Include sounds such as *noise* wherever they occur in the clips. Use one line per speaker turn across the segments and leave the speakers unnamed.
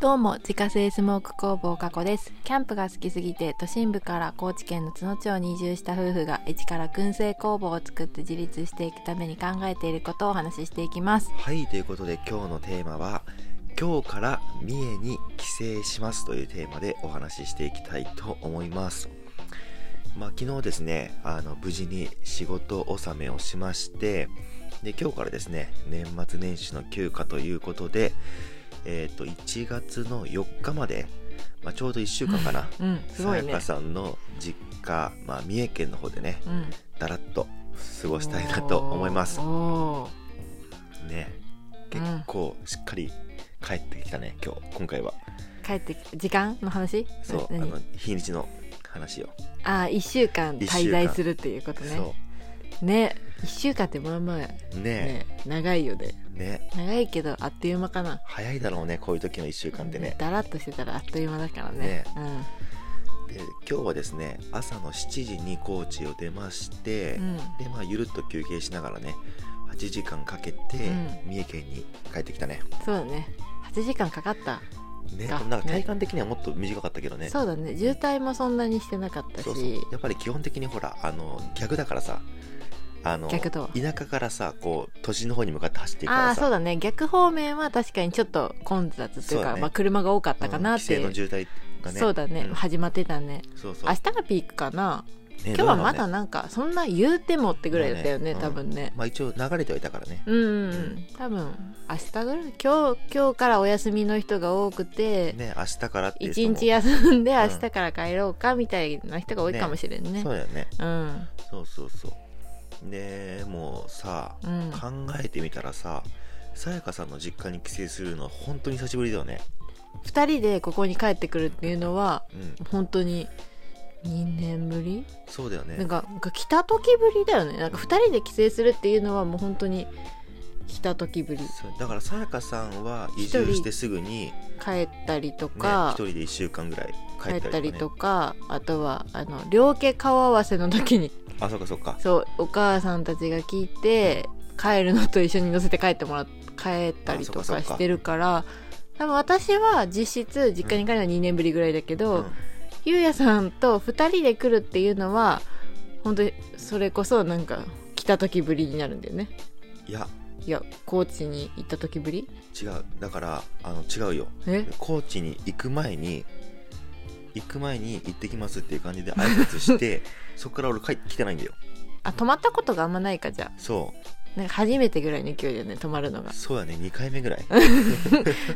どうも自家製スモーク工房かこですキャンプが好きすぎて都心部から高知県の津野町に移住した夫婦が一から燻製工房を作って自立していくために考えていることをお話ししていきます
はいということで今日のテーマは「今日から三重に帰省します」というテーマでお話ししていきたいと思います。まあ、昨日ですねあの無事に仕事納めをしましてで今日からですね年末年始の休暇ということで、えー、と1月の4日まで、まあ、ちょうど1週間かな
うんす
さ
ごい
や
ね
かさんの実家、まあ、三重県の方でね
うん
だらっと過ごしたいなと思います。
おー
ね
うん
結構しっかり帰ってきたね今日今回は
帰ってき時間の話
そうあ
何
の日にちの話を、
ああ1週間
一週
滞
間
在するっていうことね
そ
ね1週間ってまあまあね
うね
長いよね
ね
長いけどあっという間かな
早いだろうねこういう時の1週間ってね
だらっとしてたらあっという間だからね
ねで今日はですね朝の7時に高知を出まして、
うん、うん、
でまあゆるっと休憩しながらね8時間かけて
う
三重県に帰ってきたね,、
そうだね8時間かかった、
ね
あ
なんか体感的にはもっと短かったけどね
そうだね渋滞もそんなにしてなかったし
そうそうやっぱり基本的にほらあの逆だからさあの
逆とは
田舎からさこう都心の方に向かって走っていくか
あ
ら
あ
さ
そうだね逆方面は確かにちょっと混雑という
そう
か
だね
まあ、車が多かったかなっていう、
うん規制の渋滞がね
そうだね、
ん
始まってたね
そうそう
明日がピークかな
ね
今日はま
どうな
だ
のね
なんかそんな言うてもってぐらいだったよね
まあね
多分ね、
まあ一応流れてはいたからね
うんうんうん多分明日ぐらい今日今日からお休みの人が多くて、
ね明日からっていう
一
人も
日休んで
ん
明日から帰ろうかみたいな人が多いかもしれんね
そうだよね
うん
そうそうそうでもうさ、
うん
考えてみたらささやかさんの実家に帰省するのは本当に久しぶりだよね
2人でここに帰ってくるっていうのは
うん
本当に2年ぶり
そうだよ
なん
ね
かなんか来た時ぶりだよねなんか2人で帰省するっていうのはもう本当に来た時ぶり
そうだからさやかさんは移住してすぐに
帰ったりと
ね一
か、
人で1週間ぐらい帰
帰
っ
った
りと
た
か,、
り
ね、
とかあとはあの両家顔合わせの時に *laughs*
あそうかそうか
そうお母さんたちが聞いて帰るのと一緒に乗せて帰ってもらっ帰ったりと
あそっかそっ
か
か
してるから多分私は実質実家に帰るのは2年ぶりぐらいだけど、
ん
ゆうやさんと2人で来るっていうのは本当にそれこそなんか来た時ぶりになるんだよね
いや
いや高知に行った時ぶり
違うだからあの違うよ
え
高知に行く前に行く前に行ってきますっていう感じで挨拶して
*laughs*
そこから俺帰ってきてないんだよ
あ泊まったことがあんまないかじゃ
そ
あなんか初めてぐらいの勢いだよね泊まるのが
うそうやね2回目ぐ
*laughs*
らい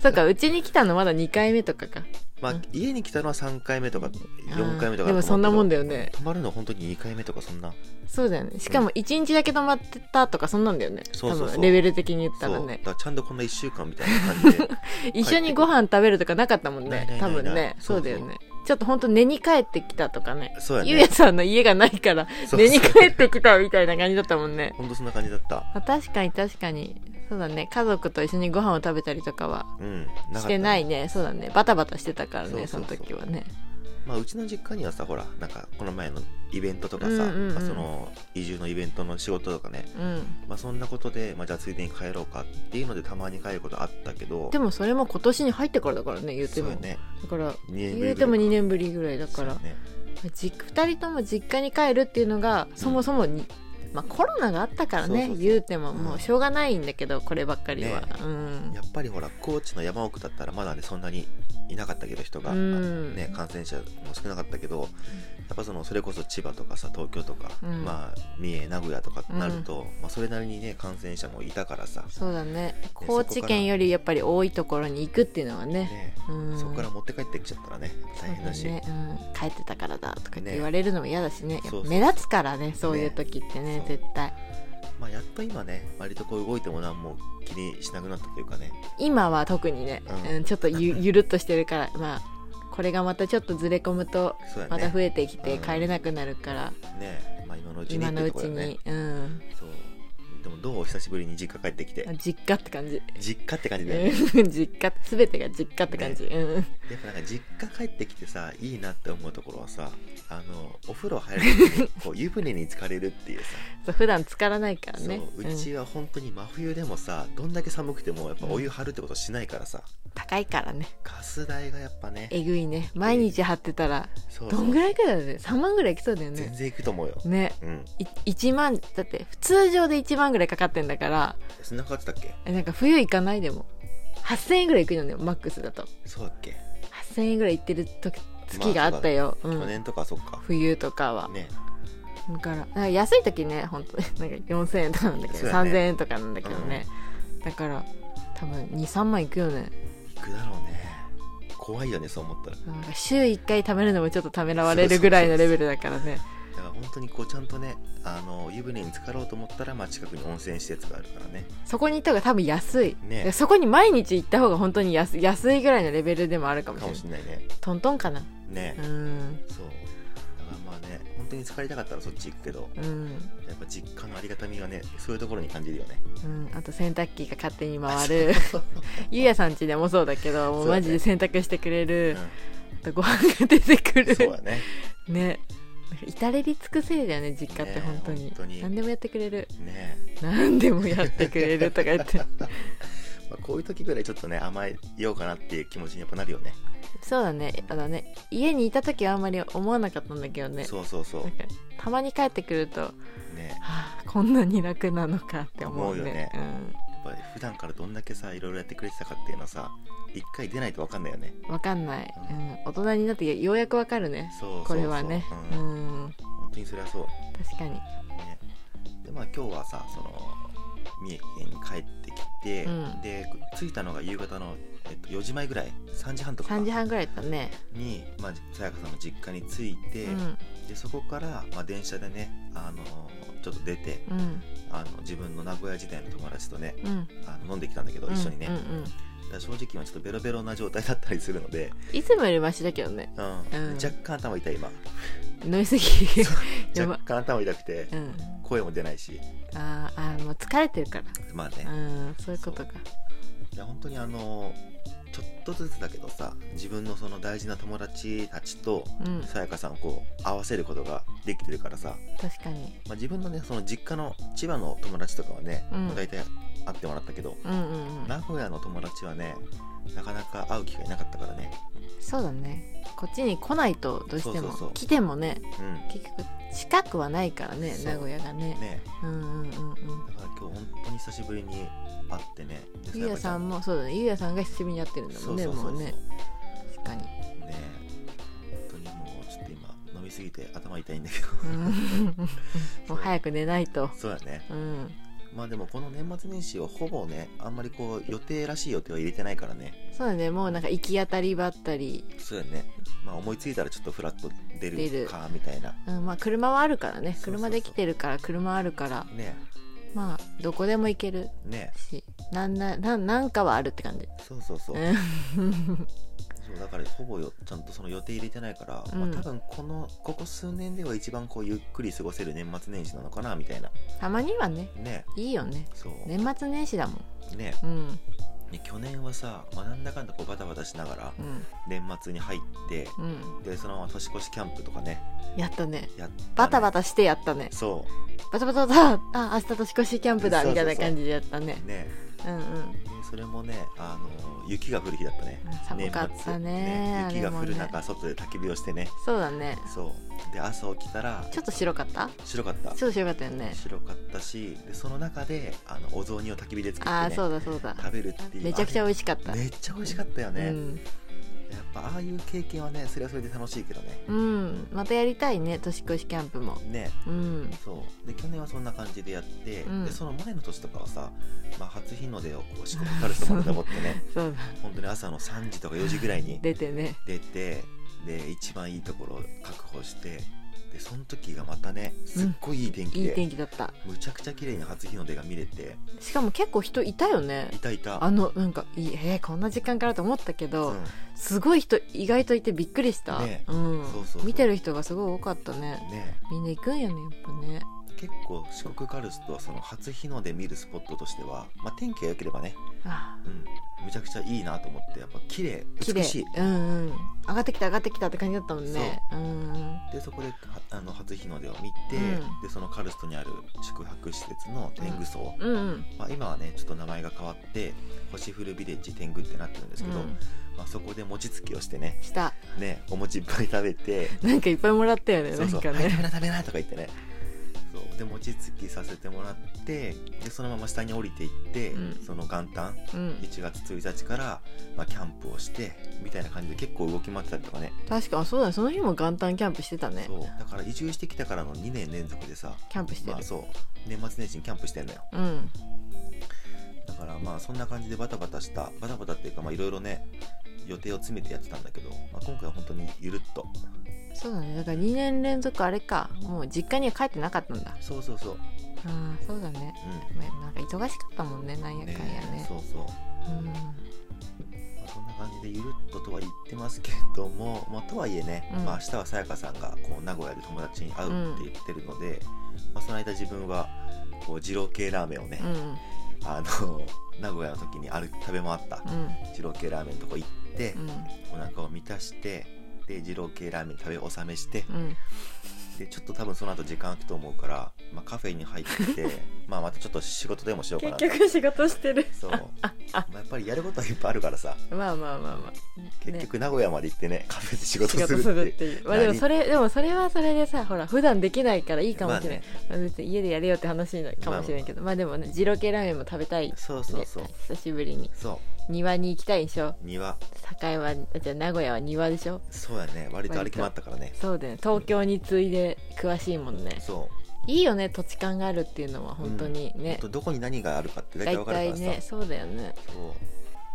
そっかうちに来たのまだ2回目とかか
まあ
うん
家に来たのは3回目とか4回目と
あー
か
でもそんなもんだ
よ
よね
泊まるの本当に2回目とかそんな
そうだよねしかも1日だけ泊まってたとかそんなんだよね
そうそうそう
多分レベル的に言った
そう
ら
だ
ね
からちゃんとこんな1週間みたいな
*laughs*
感じで
一緒にご飯食べるとかなかったもん
ない
ね
ない
多
ないない
分ね
そ
そう
そう
うだよねちょっと本当寝に帰ってきたとかね
そうや
ゆうや
ね
さんの家がないから
そう
寝に帰ってきたみたいな感じだったもんね
本当そんな感じだった
あ *laughs* 確かに確かにそうだね家族と一緒にご飯を食べたりとかは
うんかった
してないねそうだねバタバタしてたからね
そ
そうの
そうそう
時はね
まあうちの実家にはさほらなんかこの前のイベントとかさ、
うんうんうん
まあ、その移住のイベントの仕事とかね
うん
まあ、そんなことで、まあ、じゃあついでに帰ろうかっていうのでたまに帰ることあったけど
で
も
もそれも今年に入ってからだからね言うても
そうね
だから
2年ぶり
言うても2
ぶ
年ぶりぐらいだ
り
から、
そうね
じ2人とも実家に帰るっていうのがそもそもに、まあ、コロナがあったからね
そうそうそう
言うてもも
うん
うしょうがないんだけど、こればっかりは、
ね
うん
やっぱりほら高知の山奥だったらまだねそんなにいなかったけど人が、
うん
ね、感染者も少なかったけどやっぱそのそれこそ千葉とかさ東京とか、
うん
まあ、三重名古屋とかってなると、まあ、それなりにね感染者もいたからさ、
そうだね
こ
高知県よりやっぱり多いところに行くっていうのはね
ね
うん
そこから持って帰ってきちゃったらね大変だし
そうねうん、帰ってたからだとかって
ね
言われるのも嫌だしねやっぱ
そうそう
目立つからねそういう時ってね
ね
絶対
まあ、やっと今ね割とこう動いても何も気にしなくなったというかね
今は特にね、
う
うんんちょっとゆ
*laughs*
ゆるっとしてるからまあこれがまたちょっとずれ込むと
そうやね
また増えてきて
うん
帰れなくなるから、
ねまあ、今のうちに
今のう
って
ち
とこだよね
に、うん
そうでもどう久しぶりに実家帰ってきて
あ実家って感じ
実家って感じだよね
うん *laughs* 実家全てが実家って感じ、うん
やっぱなんか実家帰ってきてさいいなって思うところはさあのお風呂入る時にこ
*laughs*
う湯船に浸かれるっていうさ
そう普段浸からないから
そ
ね
ううんちは本当に真冬でもさどんだけ寒くてもやっぱお湯張るってことしないからさ
高いからね
ガス代がやっぱね
えぐいね毎日張ってたら
そう
どんぐらいくらいだよね3万ぐらいいきそうだよ
全
ね
然いくと思うよ、
ね
うん
い1万だって普通上で1万ぐらいかかってんだから
そんなかってたっけ
えなんか冬行かないでも8000円ぐらいいくのねマックスだと
そうだっけ、
8000円ぐらい行ってる時月があったよ、う
去
ん、
年とかそっか
冬とかは、
ね
だからなんか安い時ね本当になんか4000円とかなんだけ
そ
ど、
うだね
3000円とかなんだけどね、だから多分23万いくよね
いくだろうね怖いよねそう思ったら
なんか週1回貯めるのもちょっとためらわれるぐらいのレベルだからね
だから本当にこうちゃんとねあの湯船に浸かろうと思ったら、まあ、近くに温泉施設があるからね
そこに行った方が多分安い、
ね
でそこに毎日行った方が本当に安安いぐらいのレベルでもあるかもし
か
れな
も
い
しれないね
トントンかな
ね、
うん
そうだからまあね本当に疲れたかったらそっち行くけど
うん
やっぱ実家のありがたみはねそういうところに感じるよね
うん、あと洗濯機が勝手に回る
*laughs* そう
ゆうやさん家でもそうだけどもう
そうだね
マジで洗濯してくれ
うん
る、あとご飯が出てくる
そうだね
ねなんか至れり尽くせりだよね実家って
ね
本当に,、
本当に
何でもやってくれる
ね
何でもやってくれるとか言って
*laughs* まあ、こういう時ぐらいちょっとね甘えようかなっていう気持ちにやっぱなるよね
そうだねあのね家にいた時はあんまり思わなかったんだけどね
そうそうそ
なんかたまに帰ってくると、は
うね
あ、こんなに楽なのかって思うね
思うよね
うん
やっぱり普段からどんだけさいろいろやってくれてたかっていうのはさ一回出ないと分かんないよね
わかんない、うん、大人になってようやくわかるね
そうそうそう
これはね
うん
うん
本当にそれはそう
確かに
ねでまあ今日はさその三重県に帰ってきて、
うん
で着いたのが夕方の、えっと、4時前ぐらい3時半とか
3時半ぐらいだったね
にまあさやかさんの実家に着いて、
うん
でそこから、まあ、電車でねあのちょっと出て
うん
あの自分の名古屋時代の友達とね
うん
あの飲んできたんだけど一緒にね、
うんうん
だ
うん
から正直今ちょっとベロベロな状態だったりするので、
いつもよりマシだけどね
うん
うん
若干頭痛い今
飲みすぎやば
若干頭痛くて
うん
声も出ないし
あーあーもう疲れてるか
まあね、
らうんそういうことか
いや本当にあのちょっとずつだけどさ自分のその大事な友達たちと
うん
さやかさんをこう合わせることができてるからさ、
確かに
まあ、自分のねその実家の千葉の友達とかはね、
うん
まあ大体会ってもらったけど
うんうんうん
名古屋の友達はねなかなか会う機会なかったからね
そうだねこっちに来ないとどうして
そうそうそ
も
う
来てもね
うん
結局近くはないからね
そう
名古屋がね
ね
うんうんうんうん
だから今日本当に久しぶりに会ってねで
ゆうや
かち
さ
ゃ
んもそうだねゆうやさんが久しぶりにやってるんだ
そ
もん
う
ね
そうそうそう
もう
ね
ね確かに
本当にもうちょっと今飲みすぎて頭痛いんだけど *laughs*
うんもう早く寝ないと
そうだね
うん
まあでもこの年末年始はほぼねあんまりこう予定らしい予定は入れてないからね
そうだねもうなんか行き当たりばったり、
そうだねまあ思いついたらちょっとフラッと出
出
る
る
かみたいな
うん、まあ車はあるからね
そうそうそう
車できてるから車あるから
ね
まあどこでも行ける
ね
しなんななんなんかはあるって感じ
そうそうそう,、
うん *laughs*
そうだからほぼよちゃんとその予定入れてないから、
うん
まあ、多分このここ数年では一番こうゆっくり過ごせる年末年始なのかなみたいな
たまにはね
ね
いいよね
そうね
年末年始だもんうん
で去年はさ、まあ、なんだかんだこうバタバタしながら
うん
年末に入って
うん
でそのまま年越しキャンプとかね
やったね
やったね
バタバタしてやったね
そ
バタバタバタあ明日年越しキャンプだ
そう
み
そう
た
そう
いな感じでやったね
うね
うんうん
でそれもねあの雪が降る日だったね
寒かったね
年末雪が降る
あれも
中、
ね
外で焚き火をしてね
そうだね
そうで朝起きたら
ちょっと白かった
白かった
ちょっと白かったよね
白かったしでその中であのお雑煮を焚き火で作
あ
っ
あ
て、
そ
ね、
うだそうだ
食べるっていう
めちゃくちゃ
あ
美味しかった
れめっちゃ美味しかったよね、
う
や
ん
っぱああいう経験はねそれはそれで楽しいけどね
うん、またやりたいね年越しキャンプも
ね
うん
そうで去年はそんな感じでやって、
うん
でその前の年とかはさ、まあ、初日の出をこう四国カルストまで登ってね
そうだ
本当に朝の3時とか4時ぐらいに
出てね
出てで一番いいところを確保してでその時がまたねすっごいいい天気
いい
で、
天気だった
むちゃくちゃ綺麗に初日の出が見れて
しかも結構人いたよね
いたいた
あのなんかいいえーこんな時間からと思ったけど、
うん
すごい人意外といてびっくりした、
ね
うん
そうそうそう
見てる人がすごい多かったね
ね
みんな行くんやねやっぱね
結構四国カルストはその初日の出見るスポットとしては、まあ、天気が良ければね、
あ
うん、めちゃくちゃいいなと思ってやっぱ綺麗
綺麗
美しい
うんうん上がってきた上がってきたって感じだったもんねうんうん
でそこではあの初日の出を見て、
うん
でそのカルストにある宿泊施設の天狗荘、
うんうん
まあ、今はねちょっと名前が変わって星降るビレッジ天狗ってなってるんですけど、
うん
まあ、そこで餅つきをしてね
した
ねお餅いっぱい食
*laughs*
べて
なんかいっぱいもらったよね
そうそう「
なんか
はい食べ
ね
な食べな」とか言ってねそうで餅つきさせてもらってでそのまま下に降りていって、
うん
その元旦
うん
1月1日から、まあ、キャンプをしてみたいな感じで結構動き回ってたりとかね
確かあそうだねその日も元旦キャンプしてたね
そうだから移住してきたからの2年連続でさ
キャンプしてる
まあそう年末年始にキャンプしてんのよ
うん
だからまあそんな感じでバタバタしたバタバタっていうかまあいろいろね予定を詰めてやってたんだけど、まあ、今回は本当にゆるっと
そうだねだから2年連続あれかもう実家には帰ってなかったんだ
そうそうそう
うんそうだね
う
まあなんか忙しかったもんねなんや
ん
かんや
え
ね
そうそう、
うん
まあそんな感じでゆるっととは言ってますけども、まあ、とはいえね、
うん
まあ明日はさやかさんがこう名古屋で友達に会うって言ってるので、まあ、その間自分はこう二郎系ラーメンをね、
うん
あの *laughs* 名古屋の時に歩き食べ回った
うん
二郎系ラーメンのとこ行って、
うん
お腹を満たしてで二郎系ラーメン食べ納めして、
うん
でちょっと多分その後時間空くと思うから、まあ、カフェに入って
*laughs*
まあまたちょっと仕事でもしようかな
局仕事してる
そう、
*laughs*
まあ、やっぱりやることはいっぱいあるからさ
まあまあまあまあ
結局名古屋まで行ってねカフェで仕事
仕
す
事
るっ
す
て
る
い
っ
う
ていうまあでもそれでもそれはそれでさほら普段できないからいいかもしれない、
まあね
まあ別に家でやれよって話なかもしれないけど、まあ、でもね二郎系ラーメンも食べたい、ね、
そうそうそう
久しぶりに
そ
庭に行きたいでしょ
う庭
堺はじゃあ名古屋は庭でしょ
そうやね割と歩き回ったからね
そうだよね東京に次いで詳しいもんね
そ
いいよね土地勘があるっていうのは
う
本当に
うんほ
ね
ん、とどこに何があるかって大体
大
分かるか
体
らさ、
ねそうだよね
そ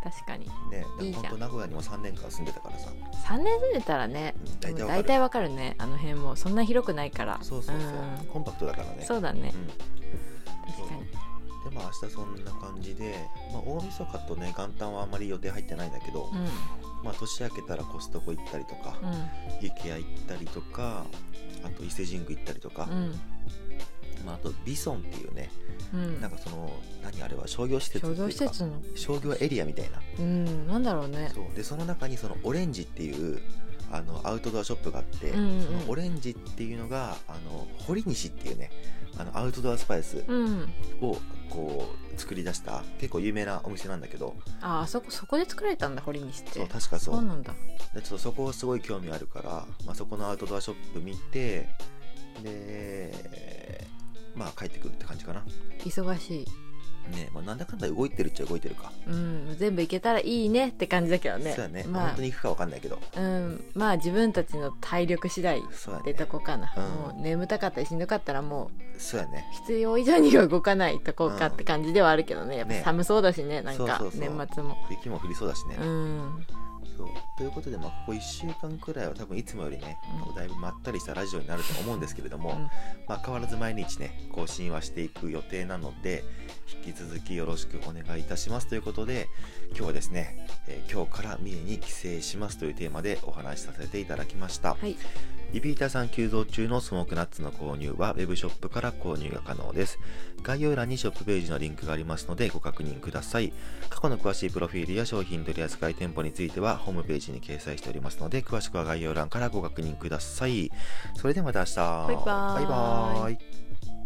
確かに
うね
いいじゃん
本当名古屋にも3年間住んでたからさ、うん
3年住んでたらね
大体
もう
分かる
大体わかるねあの辺もそんな広くないから
そうそうそう、
ん
コンパクトだからね
そうだね
うん
確かに
でまあ明日そんな感じで、まあ、大晦日とね元旦はあんまり予定入ってないんだけど、
う
まあ、年明けたらコストコ行ったりとか、
ん
池屋行ったりとかあと伊勢神宮行ったりとか、
うんうん
まあ、あとビソンっていうね、
うん
なんかその何あれは商業施設ってい
共
うか
同施設の
商業エリアみたいな、
うんなんだろうね
そうでその中にそのオレンジっていうあのアウトドアショップがあって、
うんうんうん
そのオレンジっていうのがあの堀西っていうねあのアウトドアスパイス
うん
をこう作り出した結構有名なお店なんだけど、
ああそこそこで作られたんだ堀西って
そう確かそ
そ
う
うなんだ
でちょっとそこすごい興味あるから、まあ、そこのアウトドアショップ見てでまあ帰ってくるって感じかな
忙しい
ねまあ、なんだかんだ動いてるっちゃ動いてるか、
うん全部行けたらいいねって感じだけどね
そうやね、
ま
本当に行くか分かんないけど
あうんまあ自分たちの体力次第
そうや
で
ね
とこかな、
うん
もう眠たかったりしんどかったらもう
そうやね
必要以上には動かないとこかって感じではあるけどねやっぱ
ね
寒そうだしねなんか
そうそうそう
年末も
雪も降りそうだしね、
うん
そうということで、まあ、ここ1週間くらいは多分いつもよりね、
うん
だいぶまったりしたラジオになると思うんですけれども、
うん
まあ、変わらず毎日ね更新はしていく予定なので引き続きよろしくお願いいたしますということで今日はですね、えー今日から三重に帰省しますというテーマでお話しさせていただきました、
はい
リピーターさん急増中のスモークナッツの購入はウェブショップから購入が可能です概要欄にショップページのリンクがありますのでご確認ください過去の詳しいプロフィールや商品取扱い店舗についてはホームページに掲載しておりますので詳しくは概要欄からご確認くださいそれではまた明日
バイバーイ
バイバーイ